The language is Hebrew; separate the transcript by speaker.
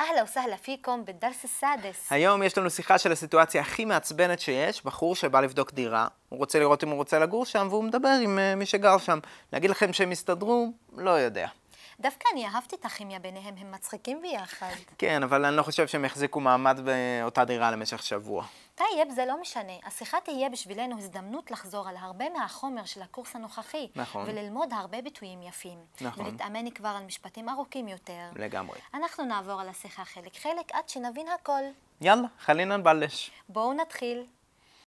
Speaker 1: אהלה וסהלה פיקום בדרס א-סאדס.
Speaker 2: היום יש לנו שיחה של הסיטואציה הכי מעצבנת שיש, בחור שבא לבדוק דירה, הוא רוצה לראות אם הוא רוצה לגור שם, והוא מדבר עם אה, מי שגר שם. להגיד לכם שהם הסתדרו? לא יודע.
Speaker 1: דווקא אני אהבתי את הכימיה ביניהם, הם מצחיקים ביחד.
Speaker 2: כן, אבל אני לא חושב שהם יחזיקו מעמד באותה דירה למשך שבוע.
Speaker 1: טייב, זה לא משנה. השיחה תהיה בשבילנו הזדמנות לחזור על הרבה מהחומר של הקורס הנוכחי.
Speaker 2: נכון.
Speaker 1: וללמוד הרבה ביטויים יפים.
Speaker 2: נכון.
Speaker 1: ולהתאמן כבר על משפטים ארוכים יותר.
Speaker 2: לגמרי.
Speaker 1: אנחנו נעבור על השיחה חלק-חלק עד שנבין הכל.
Speaker 2: יאללה, חלינן בלש.
Speaker 1: בואו נתחיל.